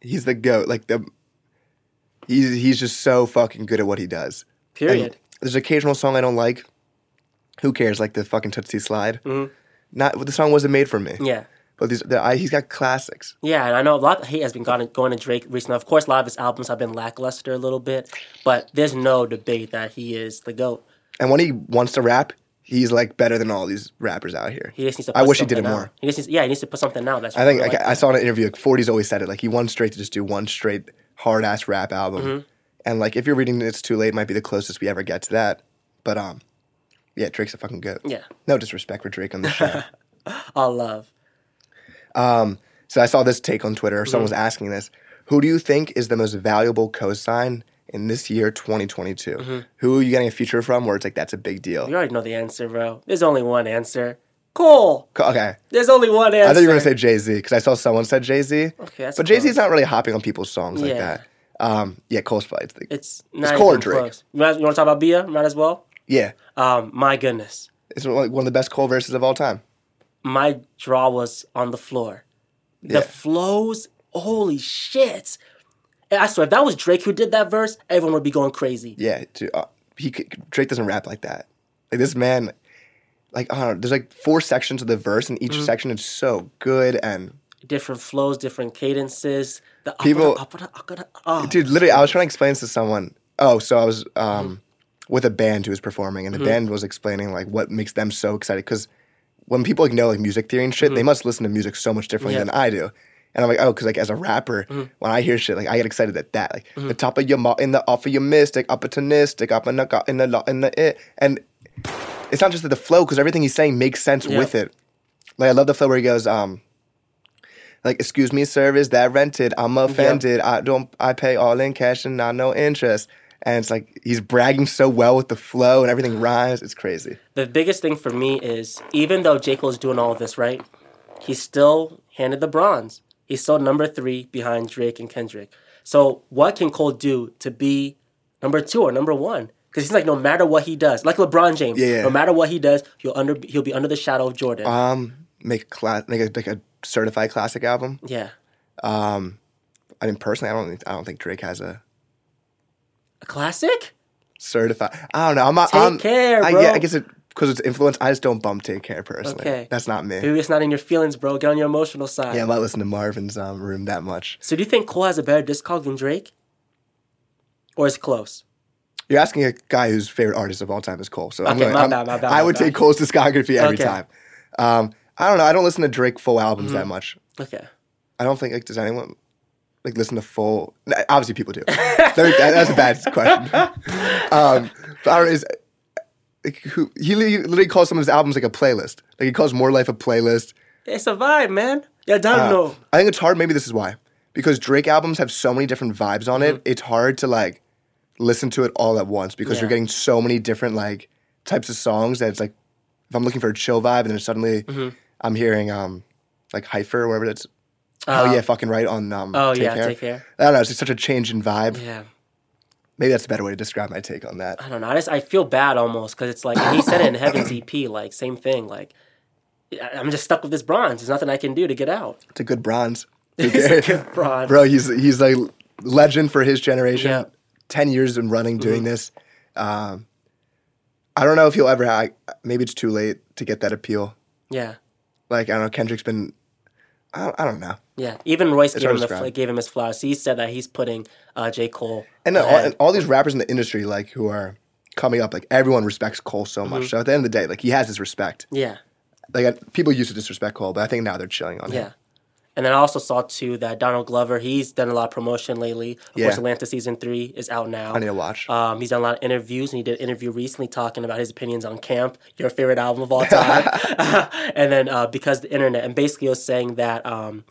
he's the goat. Like the, he's he's just so fucking good at what he does. And
Period.
there's an occasional song I don't like. Who cares? Like the fucking Tootsie Slide. Not the song wasn't made for me.
Mm-hmm. yeah,
But these, the, I, he's got classics.
yeah, and I know a lot of hate has been gone, going to Drake recently. Of course, a lot of his albums have been lackluster a little bit, but there's no debate that he is the goat.
And when he wants to rap, he's like better than all these rappers out here.
He just needs to. Put
I wish he did it
something
more.
out. He just needs, yeah, he needs to put something out. That's
I think
really
like,
like
I saw in an interview like Forties always said it like he won straight to just do one straight hard ass rap album,
Mm-hmm.
and like if you're reading it's too late it might be the closest we ever get to that, but um, yeah, Drake's a fucking goat.
Yeah.
no disrespect for Drake
[laughs]
on the show.
all love.
so I saw this take on Twitter. Someone
Mm-hmm.
was asking this: Who do you think is the most valuable cosign in this year, 2022?
Mm-hmm.
Who are you getting a feature from? Where it's like that's a big deal.
You already know the answer, bro. There's only one answer. Cole.
Co- Okay,
There's only one answer.
I thought you were gonna say Jay Z because I saw someone said Jay Z.
Okay, that's
but Jay
close.
Z's not really hopping on people's songs like
Yeah.
that. Um, yeah, Cole's fights. Like,
It's not
Cole or
even
Drake.
close. You want to talk about Bia? Might as well.
yeah.
Um, my goodness,
It's like one of the best Cole verses of all time.
my jaw was on the floor. The
Yeah.
flows, holy shit! And I swear, if that was Drake who did that verse, everyone would be going crazy.
Yeah, dude, uh, he c- Drake doesn't rap like that. Like this man, like I don't know. There's like four sections of the verse, and each section is so good. And
Different flows, different cadences. The
People-
up, up, up, Oh, up, up.
dude, literally, I was trying to explain this to someone. Oh, so I was um, with a band who was performing,
Mm-hmm.
and the band was explaining like what makes them so excited because when people like know like music theory and shit, they must listen to music so much differently
Mm-hmm. Yeah. Mm-hmm.
than I do. And I'm like, oh, because like as a rapper, when I hear shit, like I get excited at that, like the top of your mouth, in the off of your mystic, opportunistic, up in the go- in the lo- in the it, and it's not just that the flow because everything he's saying makes sense
Yeah.
with it. Like I love the flow where he goes, um, like excuse me, sir, is that rented? I'm offended. I don't. I pay all in cash and not no interest. And it's like he's bragging so well with the flow and everything rhymes. It's crazy.
the biggest thing for me is even though J. Cole's doing all of this, right? He's still handed the bronze. He's still number three behind Drake and Kendrick. So what can Cole do to be number two or number one? Because he's like, no matter what he does, like LeBron James,
Yeah.
no matter what he does, he'll under he'll be under the shadow of Jordan.
Um, make a class, make a, like a certified classic album.
yeah,
I mean, personally, I don't, think, I don't think Drake has a
a classic.
certified. I don't know. I'm not.
Take
I'm,
care,
I,
bro.
yeah, I guess it because it's influence. I just don't bump take care personally.
Okay.
That's not me.
Maybe it's not in your feelings, bro. Get on your emotional side.
Yeah, I'm not listening to Marvin's um, room that much.
So do you think Cole has a better discog than Drake, or is it close?
You're asking a guy whose favorite artist of all time is Cole. So I'm
Okay,
gonna-
my
I'm-
bad, my bad,
I
my
would
bad.
take Cole's discography every
Okay.
time. Um, I don't know. I don't listen to Drake full albums
Mm-hmm.
that much.
Okay.
I don't think like does anyone like listen to full. n- Obviously, people do. That- that's a bad
[laughs]
question. Um, but I don't know, is, like, who, he li- literally calls some of his albums like a playlist. Like he calls More Life a playlist.
It's a vibe, man. Yeah, I don't know.
Uh, I think it's hard. Maybe this is why because Drake albums have so many different vibes on
Mm-hmm.
it. It's hard to like listen to it all at once because
Yeah.
you're getting so many different like types of songs that it's like if I'm looking for a chill vibe, and then suddenly
Mm-hmm.
I'm hearing um, like Hypher or whatever that's. oh yeah, fucking right on. Um,
Uh, Oh,
take
yeah,
care.
Take Care.
I don't know. It's just such a change in vibe.
Yeah.
Maybe that's a better way to describe my take on that.
I don't know. I just I feel bad almost because it's like and he said
[coughs]
it in Heaven's EP, like same thing. Like I- I'm just stuck with this bronze. There's nothing I can do to get
[laughs]
out.
It's a good bronze.
[laughs] It's a good bronze.
Bro, he's he's like legend for his generation.
Yeah. Mm-hmm.
Ten years in running doing this. Um, I don't know if he'll ever. I, maybe it's too late to get that appeal.
Yeah,
Like I don't know. Kendrick's been. I don't, I don't know.
yeah. Even Royce gave
hard
him, the,
to
fl-
describe.
gave him his flowers. He said that he's putting uh, J Cole.
And, no, all,
ahead.
and all these rappers in the industry, like who are coming up, like everyone respects Cole so
Mm-hmm.
much. So at the end of the day, like he has his respect.
yeah,
Like I, people used to disrespect Cole, but I think now they're chilling on him.
yeah. And then I also saw too that Donald Glover. He's done a lot of promotion lately. Of
Yeah.
course, Atlanta season three is out now.
I need to watch.
Um, he's done a lot of interviews, and he did an interview recently talking about his opinions on Camp, your favorite album of all
[laughs]
time, [laughs] and then uh, because the internet, and basically was saying that. Um,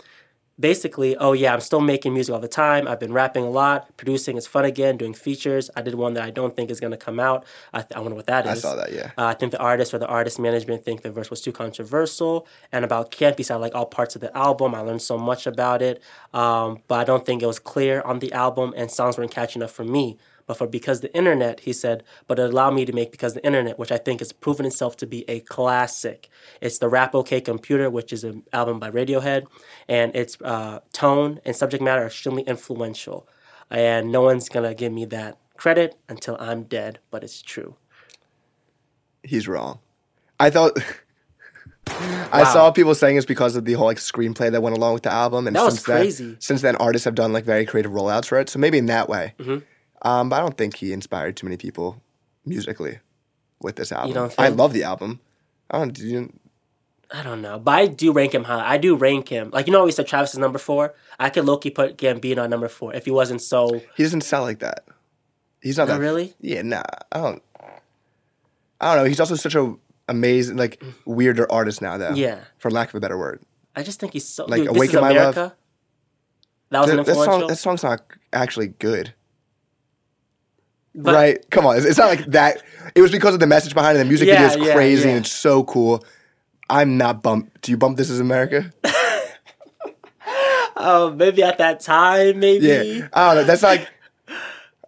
Basically, oh yeah, I'm still making music all the time. I've been rapping a lot, producing is fun again, doing features. I did one that I don't think is gonna come out. I, th- I wonder what that is.
I saw that. Yeah.
Uh, I think the artist or the artist management think the verse was too controversial. And about Camp, he said, I like all parts of the album. I learned so much about it. Um, but I don't think it was clear on the album, and songs weren't catching up for me. But for Because the Internet, he said, but it allowed me to make Because the Internet, which I think has proven itself to be a classic. It's the Rap OK Computer, which is an album by Radiohead, and its uh, tone and subject matter are extremely influential. And no one's gonna give me that credit until I'm dead, but it's true.
he's wrong. I thought. [laughs] I
Wow.
saw people saying it's because of the whole like screenplay that went along with the album, and
That was
since
crazy.
then, since then artists have done like very creative rollouts for it. So maybe in that way,
Mm-hmm.
um, but I don't think he inspired too many people musically with this album.
don't
I
think?
love the album. I don't. do You,
I don't know, but I do rank him high. I do rank him. Like you know, how we said Travis is number four. I could low key put Gambino on number four if he wasn't so.
he doesn't sound like that. He's not
No,
that
Oh, really?
Yeah, nah. I don't. I don't know. He's also such a amazing, like weirder artist now, though.
Yeah.
for lack of a better word.
I just think he's so.
Like,
dude, this
Awaken
is
My Love.
America. That was an
That, that
influential.
song, that song's not actually good.
But-
right? Come on, it's, it's not like that. It was because of the message behind it. The music
Yeah,
video is
yeah,
crazy
yeah.
and it's so cool. I'm not bump. Do you bump This
[laughs]
Is America?
oh, maybe at that time, maybe.
Yeah, I don't know. That's like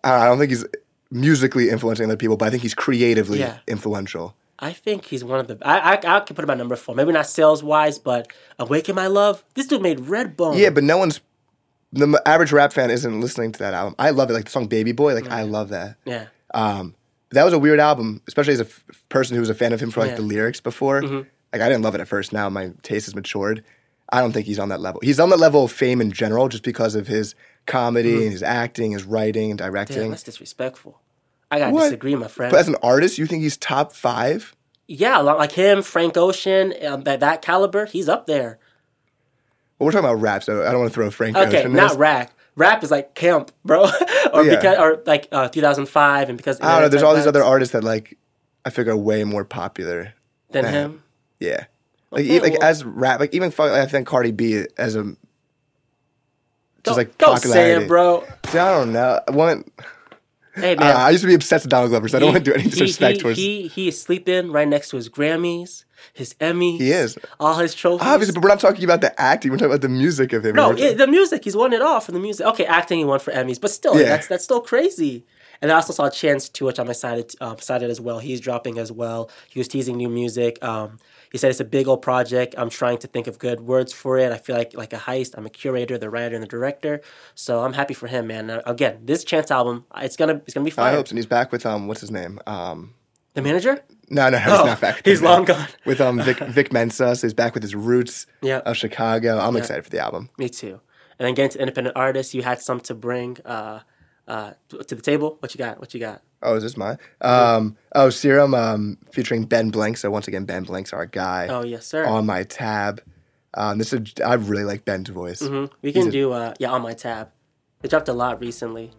I don't, know, I don't think he's musically influencing other people, but I think he's creatively
Yeah.
influential.
I think he's one of the. I I, I could put him at number four. Maybe not sales wise, but Awaken My Love. This dude made Redbone.
Yeah, but no one's the m- average rap fan isn't listening to that album. I love it, like the song "Baby Boy." Like I love that.
Yeah.
Um, but that was a weird album, especially as a f- person who was a fan of him for like
Yeah. Mm-hmm.
the lyrics before. Like I didn't love it at first. Now my taste has matured. I don't think he's on that level. He's on that level of fame in general, just because of his comedy
Mm-hmm.
and his acting, his writing and
Damn,
directing.
that's disrespectful. I gotta
What?
disagree, my friend.
but as an artist, you think he's top five?
yeah, lo- like him, Frank Ocean, um, that that caliber, he's up there.
Well, we're talking about rap, so I don't want to throw Frank
Okay,
Ocean. in
not
this.
rap. Rap is like camp, bro, [laughs] or
Yeah.
because or like uh, 2005, and because
I don't know. There's all these
Internet's
other artists that like I figure are way more popular.
than him.
Yeah. Like,
Okay,
e- like
well-
as rap, like even fuck, like, I think Cardi B as a
Don't,
just like
don't say
popularity.
it, bro.
See, I don't know. One,
Hey
[laughs] I,
man,
don't know, Uh, I used to be obsessed with Donald Glover, so I don't want to do any disrespect
he,
towards. He,
He he is sleeping right next to his Grammys, his Emmys.
is
all his trophies.
obviously, but we're not talking about the acting. We're talking about the music of him.
no,
We're
it, the music he's won it all for the music. Okay, acting he won for Emmys, but still,
Yeah.
that's that's still crazy. And I also saw Chance too, which I'm excited uh, excited as well. He's dropping as well. He was teasing new music. Um, he said it's a big old project. I'm trying to think of good words for it. I feel like like a heist. I'm a curator, the writer, and the director. So I'm happy for him, man. Now, again, this Chance album, it's gonna it's gonna be
I
fire.
hope, and he's back with um, what's his name? Um,
The manager?
no, no, he's
Oh,
not back. with
he's
him.
long gone.
With um,
[laughs]
Vic, Vic Mensa, so he's back with his roots
Yeah.
of Chicago. I'm excited for the album.
Me too. And then getting to independent artists, you had some to bring uh, uh, to the table. What you got? What you got?
Oh, is this mine? Um, oh, Serum, um, featuring Ben Blank. So once again, Ben Blank's our guy
Oh yes, sir.
on my tab. Um, this is I really like Ben's voice.
Mhm. We can do uh, yeah on my tab. They dropped a lot recently.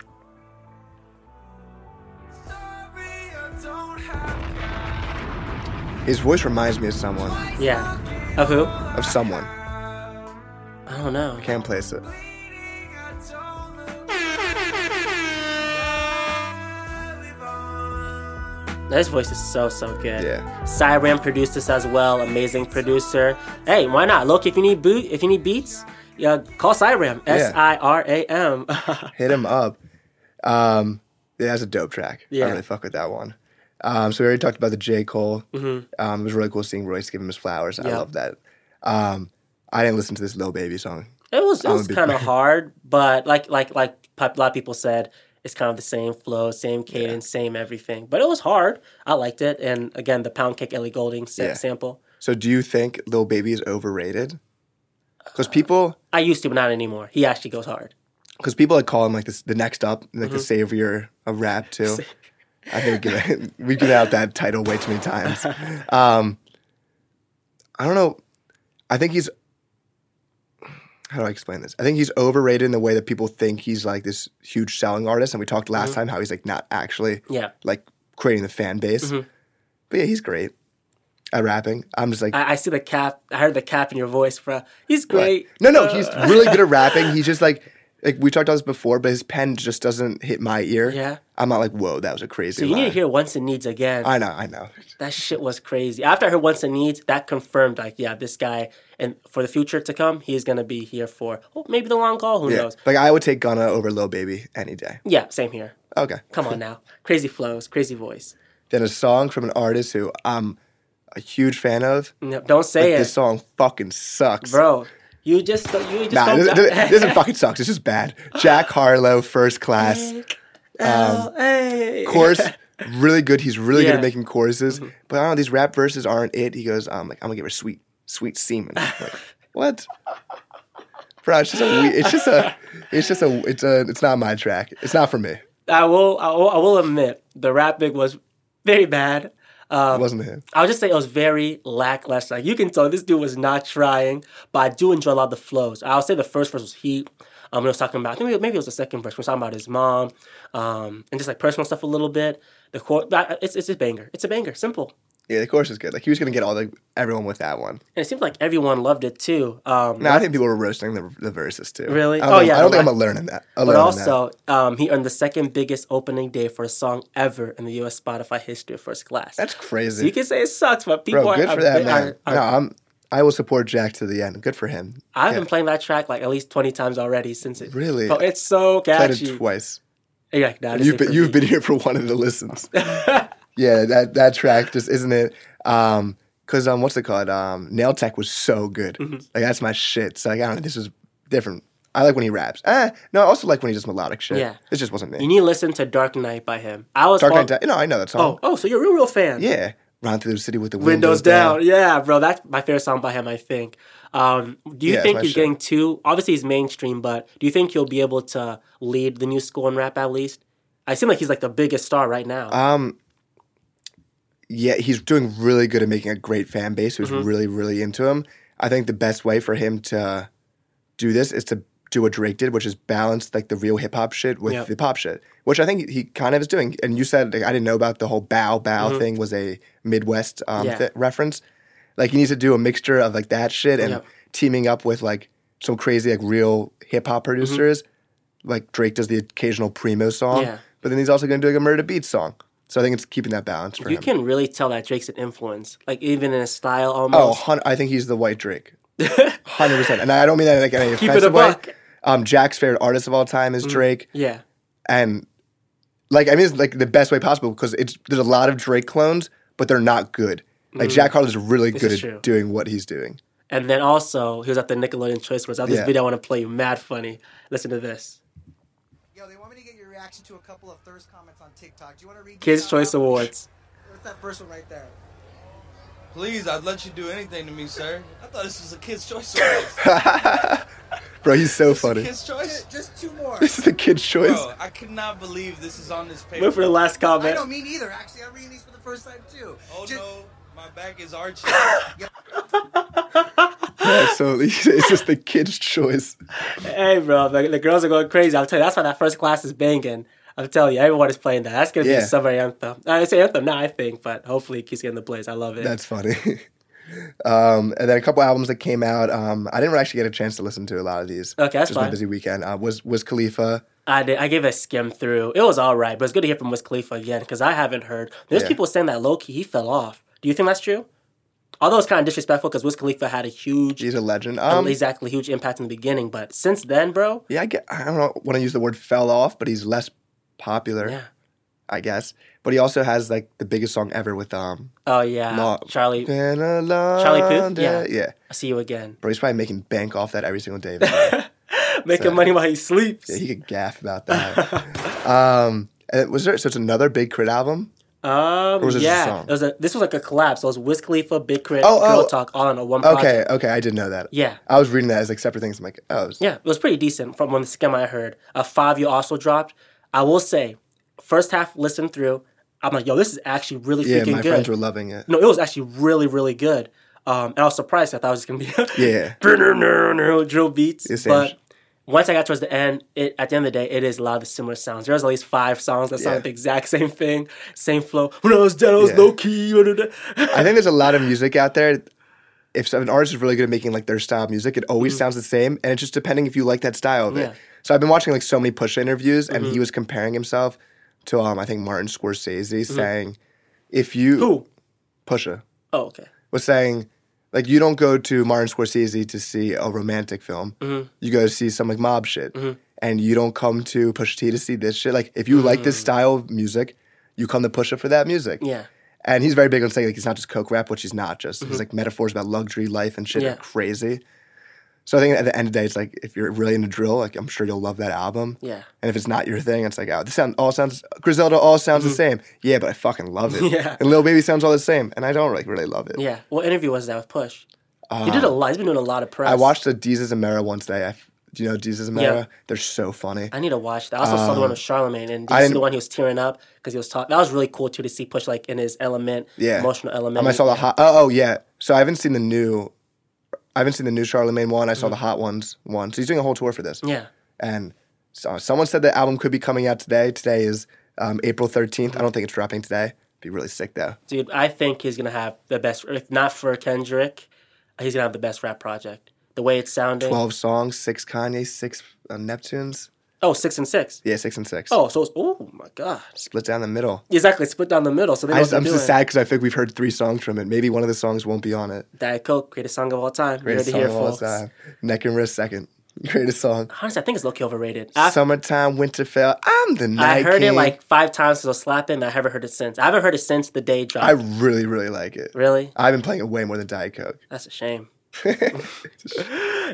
His voice reminds me of someone,
Yeah, of who?
of someone.
I don't know.
Can't place it.
His voice is so so good.
Yeah.
Cyram produced this as well. Amazing producer. Hey, why not? Loki, if you need boot, if you need beats, yeah, call Cyram. S I R A M. [laughs]
Hit him up. Um, yeah, that's a dope track. I
Yeah.
don't really fuck with that one. Um, so we already talked about the J. Cole. Um, it was really cool seeing Royce give him his flowers. I
Mm-hmm. Yeah.
love that. Um, I didn't listen to this Lil Baby song.
It was it was
would be-
kind of hard, but like like like a lot of people said, it's kind of the same flow, same cadence, same everything. But it was hard. I liked it, and again, the pound cake Ellie Golding sa-
Yeah.
sample.
So do you think Lil Baby is overrated? Because people,
I used to, but not anymore. He actually goes hard.
because people like call him like this, the next up, like the savior of rap too. I think we give [laughs] we give out that title way too many times. Um, I don't know. I think he's. How do I explain this? I think he's overrated in the way that people think he's like this huge selling artist, and we talked last time how he's like not actually
Yeah,
like creating the fan base. But yeah, he's great at rapping. I'm just like
I, I see the cap. I heard the cap in your voice, bro. He's great. Uh,
No, no, he's
[laughs]
really good at rapping. He's just like like we talked about this before, but his pen just doesn't hit my ear.
Yeah.
I'm not like, whoa, that was a crazy
You need to
line.
hear once and needs again.
I know,
[laughs]
I know.
that shit was crazy. After I heard once and needs, that confirmed like yeah, this guy and for the future to come, he is gonna be here for oh, maybe the long call. Who
Yeah.
knows?
Like I would take Gunna over Lil Baby any day.
Yeah, same here.
Okay.
Come on
[laughs]
now, crazy flows, crazy voice.
Then a song from an artist who I'm a huge fan of.
No, don't say it,
This song fucking sucks.
bro. You just don't- you just
Nah,
don't.
this, this, this fucking sucks. It's just bad. Jack Harlow, first
[laughs]
class. um,
L.A..
Chorus, [laughs] really good. He's really good
Yeah. Mm-hmm.
at making choruses. But I don't know, these rap verses aren't it. He goes, um, like, I'm gonna give her sweet, sweet semen.
[laughs]
Like, what? Bro, it's just a we- it's just a it's just a it's a it's not my track. It's not for me.
I will, I will I will admit the rapping was very bad. Um,
It wasn't him.
I'll just say it was very lackluster. Like you can tell this dude was not trying, but I do enjoy a lot of the flows. I'll say the first verse was heat. Um, when I was talking about, I think maybe it was the second verse. We were talking about his mom, um, and just like personal stuff a little bit. The chord, that- it's it's a banger. It's a banger. Simple.
Yeah, the chorus is good. Like he was gonna get all the everyone with that one.
And it seems like everyone loved it too. Um,
No, I think people were roasting the, the verses too.
Really?
I don't
Oh,
think-
yeah,
I don't
no,
think I'm
I-
gonna learn in that.
But also, um, he earned the second biggest opening day for a song ever in the U.S. Spotify history of First Class.
that's
you
crazy,
can say it sucks, but people
bro.
are.
Good
are,
for that
are-
man.
are-
no, I'm. I will support Jack to the end. Good for him.
I've
Yeah.
been playing that track like at least twenty times already since it.
Really?
But it's so
played
catchy.
it twice.
And you're like, nah, this
You've
ain't
been
for
you've
me.
been here for one of the
[laughs]
listens. yeah, that that track just isn't it. Um, cause um, what's it called? Um, Nail Tech was so good.
Mm-hmm.
Like that's my shit. So like I don't know, this is different. I like when he raps. Eh, no, I also like when he does melodic shit.
Yeah.
it just wasn't
You
me.
need to listen to Dark Knight by him. I was
Dark
all-
Knight. Di- no, I know that song.
Oh, oh, so you're a real, real fan.
Yeah, run through the city with the
Windows down. Yeah, bro, that's my favorite song by him. I think. Um, do you
Yeah, it's
think
my
he's
shit.
getting too? Obviously, he's mainstream, but do you think he'll be able to lead the new school in rap at least? I seem like he's like the biggest star right now.
Um, yeah, he's doing really good at making a great fan base who's
Mm-hmm.
really, really into him. I think the best way for him to do this is to do what Drake did, which is balance like the real hip hop shit with
Yep.
the pop shit, which I think he kind of is doing. And you said like, I didn't know about the whole bow bow thing was a Midwest um,
Mm-hmm. Yeah.
thi- reference. Like he needs to do a mixture of like that shit and
Yep.
teaming up with like some crazy like real hip
Mm-hmm.
hop producers like Drake does the occasional primo song,
Yeah.
but then he's also going to do like a murder beat song. So I think it's keeping that balance for
you
him.
can really tell that Drake's an influence, like even in his style
oh,
almost.
hun- I think he's the
[laughs]
white Drake, hundred percent. And I don't mean that in like any
it a
offensive way.
buck. Mm.
Um, Jack's favorite artist of all time is Drake,
Yeah.
and like I mean, it's like the best way possible because it's there's a lot of Drake clones, but they're not good. Like Jack Harlow's really good
Mm. is
at
true.
doing what he's doing.
And then also, he was at the Nickelodeon Choice Awards. I have this
Yeah.
video I want to play you. Mad funny. Listen to this.
Yo, they want me to get your reaction to a couple of thirst comments on TikTok. Do you want to read? these
Kids'
out
Choice
loud?
Awards.
What's that first one right there?
Please, I'd let you do anything to me, sir. I thought this was a kid's choice. awards.
Bro, he's so funny. [laughs]
kid's choice?
Just two
[laughs]
more.
This is the kid's choice.
Bro, I could not believe this is on this paper.
Wait for the last
I
comment.
don't mean either. Actually, I'm reading these for the first time too.
Oh
Just-
no, my back is arching.
Yeah, so [laughs] it's just the kid's choice.
Hey, bro, the, the girls are going crazy. I'm telling you, that's why that first class is banging. I'm telling you, everyone is playing that. That's gonna be
Yeah.
a summer anthem. Uh, it's an anthem now, I think, but hopefully it keeps getting the plays. I love it.
That's funny. [laughs] um, and then a couple albums that came out. Um, I didn't actually get a chance to listen to a lot of these.
Okay, that's
just my
fine.
busy weekend. Uh, was was Khalifa
I did. I gave it a skim through. It was all right, but it's good to hear from Wiz Khalifa again because I haven't heard. There's
Yeah.
people saying that low key he fell off. Do you think that's true? Although it's kind of disrespectful because Wiz Khalifa had a huge,
He's a legend.
Oh,
Um,
exactly huge impact in the beginning, but since then, bro,
yeah, I, get, I don't know, want to use the word fell off, but he's less popular,
yeah.
I guess. But he also has like the biggest song ever with um
Oh yeah,
No.
Charlie,
Been a long
Charlie Puth?
day-
Yeah.
yeah.
I see you
[laughs]
again.
Bro, he's probably making bank off that every
[laughs]
single day. man.
Making money while he sleeps.
yeah, he could gaff
[laughs]
about that. um, and was there so it's another Big Crit album?
um,
was this a
yeah,
song?
it was a. This was like a collab. So it was Wiz Khalifa, Big Crit,
Oh,
Girl
oh.
Talk, all in a one.
Okay,
project.
okay, I did know that.
Yeah.
I was reading that as like separate things. I'm like, oh, it's-
Yeah, it was pretty decent from when the skim I heard. A five you also dropped. I will say, first half listened through. I'm like, yo, this is actually really
yeah,
freaking
my
good.
friends were loving it.
no, it was actually really, really good. Um, and I was surprised. I thought it was gonna be [laughs]
Yeah.
drill beats.
It's
but
interesting.
once I got towards the end, it at the end of the day, it is a lot of similar sounds. There's at least five songs that sound
Yeah.
like the exact [laughs] same thing, same flow. When I was dead, I was
Yeah.
low key. [laughs]
I think there's a lot of music out there. If some- an artist is really good at making like their style of music, it always sounds the same, and it's just depending if you like that style of
Mm. Yeah. Mm-hmm.
it. So I've been watching like so many Pusha interviews, and he was comparing himself to um I think Martin Scorsese, saying if you
Mm-hmm. Who?
Pusha
Oh, okay.
was saying like you don't go to Martin Scorsese to see a romantic film,
Mm-hmm.
you go to see some like mob shit, and you don't come to Pusha T to see this shit. Like if you like this style of music, you come to Pusha for that music.
Mm. Yeah. Mm-hmm.
And he's very big on saying like he's not just coke rap, which he's not just. He's like metaphors about luxury life and shit
Yeah.
are crazy. So I think at the end of the day, it's like if you're really into drill, like I'm sure you'll love that album.
Yeah.
And if it's not your thing, it's like oh, this sound all sounds Griselda all sounds the same. Yeah, but I fucking love it.
Mm-hmm. [laughs] Yeah.
And Lil Baby sounds all the same, and I don't like really love it.
Yeah. What interview was that with Push? he did a lot. He's been doing a lot of press.
Uh, I watched the Deezus and Mera once today. I f do you know Deezus and Mera?
Yeah.
They're so funny.
I need to watch that. I also saw the one with Charlemagne, and
Um, I
this is the
didn't-
one he was tearing up because he was talking. That was really cool too to see Push like in his element,
Yeah.
emotional element.
Um, I saw the hot. Oh, oh, yeah. So I haven't seen the new. I haven't seen the new Charlemagne one. I saw the Hot Ones one. So he's doing a whole tour for this.
Mm. yeah,
And so someone said the album could be coming out today. Today is um, April 13th. I don't think it's dropping today. Be really sick though.
dude. I think he's gonna have the best. If not for Kendrick, he's gonna have the best rap project. The way it's sounding.
12 songs, six Kanye, six uh, Neptunes.
Oh, six and six.
Yeah, six and six.
Oh, so it's, oh my god.
Split down the middle.
Exactly, split down the middle. So they know
I
what
just,
they're
I'm
doing.
just sad because I think we've heard three songs from it. Maybe one of the songs won't be on it.
Diet Coke, greatest song of all time. You
Greatest
heard it
song
here,
of all
folks.
time. Neck and wrist second. [laughs] Greatest song.
Honestly, I think it's low key overrated. I,
Summertime, Winterfell. I'm the night
I heard it
king.
like five times since I was slapping. and I haven't heard it since. I haven't heard it since the day it dropped.
I really, really like it.
really?
I've been playing it way more than Diet Coke.
That's a
[laughs]
shame. [laughs]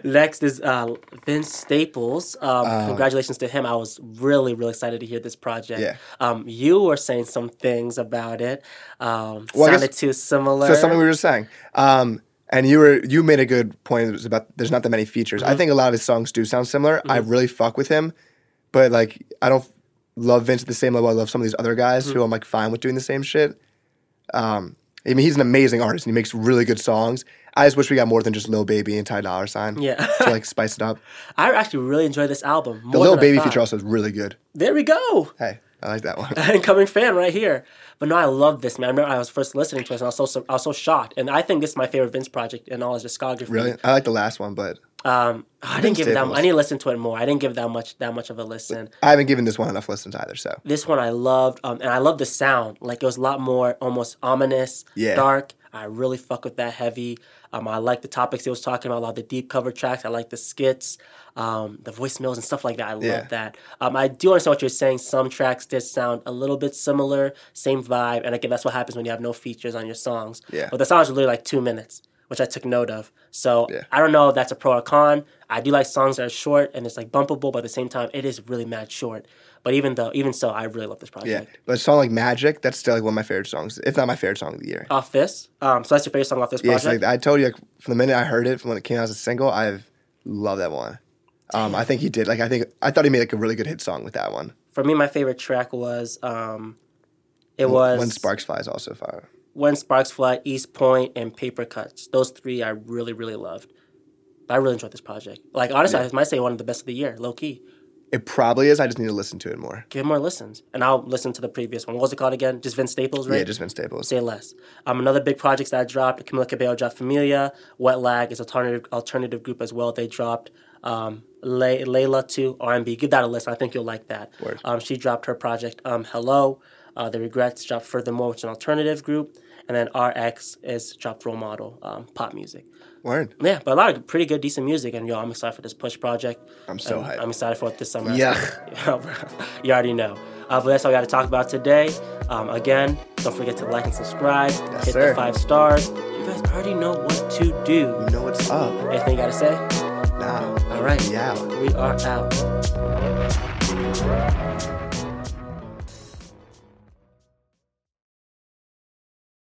Next is uh, Vince Staples. Um,
Ah.
congratulations to him. I was really, really excited to hear this project.
Yeah.
Um, you were saying some things about it. Um,
Well, I guess-
sounded too similar.
So something we were just saying. Um, and you were you made a good point it was about there's not that many features.
Mm-hmm.
I think a lot of his songs do sound similar. I really fuck with him, but like I don't love Vince at the same level I love some of these other guys
Mm-hmm.
who I'm like fine with doing the same shit. Um, I mean he's an amazing artist and he makes really good songs. I just wish we got more than just Lil Baby and Ty Dolla Sign.
Yeah.
to like spice
[laughs]
it up.
I actually really enjoyed this album.
The
More
Lil
than I
Baby
thought.
feature also is really good.
There we go. [laughs]
Hey, I like that one.
Incoming fan right here. But no, I love this man. I remember I was first listening to it, and I was so sur- I was so shocked. And I think this is my favorite Vince project in all his discography.
Really, I like the last one, but
Um, I didn't
Vince
give it that.
Staples.
I need to listen to it more. I didn't give it that much that much of a listen.
I haven't given this one enough listens either. So
this one I loved, um, and I loved the sound. Like it was a lot more almost ominous,
Yeah.
dark. I really fuck with that heavy. Um, I like the topics he was talking about. I love the deep cover tracks. I like the skits, um, the voicemails and stuff like that. I love
Yeah.
that. Um, I do understand what you're saying. Some tracks did sound a little bit similar, same vibe, and again, that's what happens when you have no features on your songs.
Yeah.
But the songs are literally like two minutes, which I took note of. So
Yeah.
I don't know if that's a pro or con. I do like songs that are short and it's like bumpable, but at the same time, it is really mad short. But even though, even so, I really love this
yeah,
project.
but a song like Magic, that's still like one of my favorite songs, if not my favorite song of the year.
Off this, um, so that's your favorite song off this
Yeah,
project.
so like, I told you like, from the minute I heard it, from when it came out as a single, I've loved that one. Um, I think he did. Like, I think I thought he made like a really good hit song with that one.
For me, my favorite track was um, it was
when Sparks Flies also fire.
When Sparks Fly, East Point, and Paper Cuts. Those three I really, really loved. I really enjoyed this project. Like honestly, I might say one of the best of the year, low key.
It probably is. I just need to listen to it more.
Give more listens, and I'll listen to the previous one. What was it called again? Just Vince Staples, right?
Yeah, just Vince Staples.
Say less. Um, another big projects that I dropped, Camila Cabello dropped Familia. Wet Lag is alternative alternative group as well. They dropped um, Le- Layla to R&B. Give that a listen. I think you'll like that.
Word.
Um, she dropped her project um, Hello. Uh, the Regrets dropped Furthermore, which is an alternative group. And then RX is dropped Role Model, um, pop music.
Word.
Yeah, but a lot of pretty good, decent music. And yo, I'm excited for this Push project.
I'm so
And
hyped.
I'm excited for it this summer.
Yeah.
[laughs] you already know. Uh, but that's all we got to talk about today. Um, again, don't forget to like and subscribe. hit
sir.
the five stars. You guys already know what to do.
You know what's up.
Anything you got to say?
Now.
All right.
Yeah.
We are out.
Peace.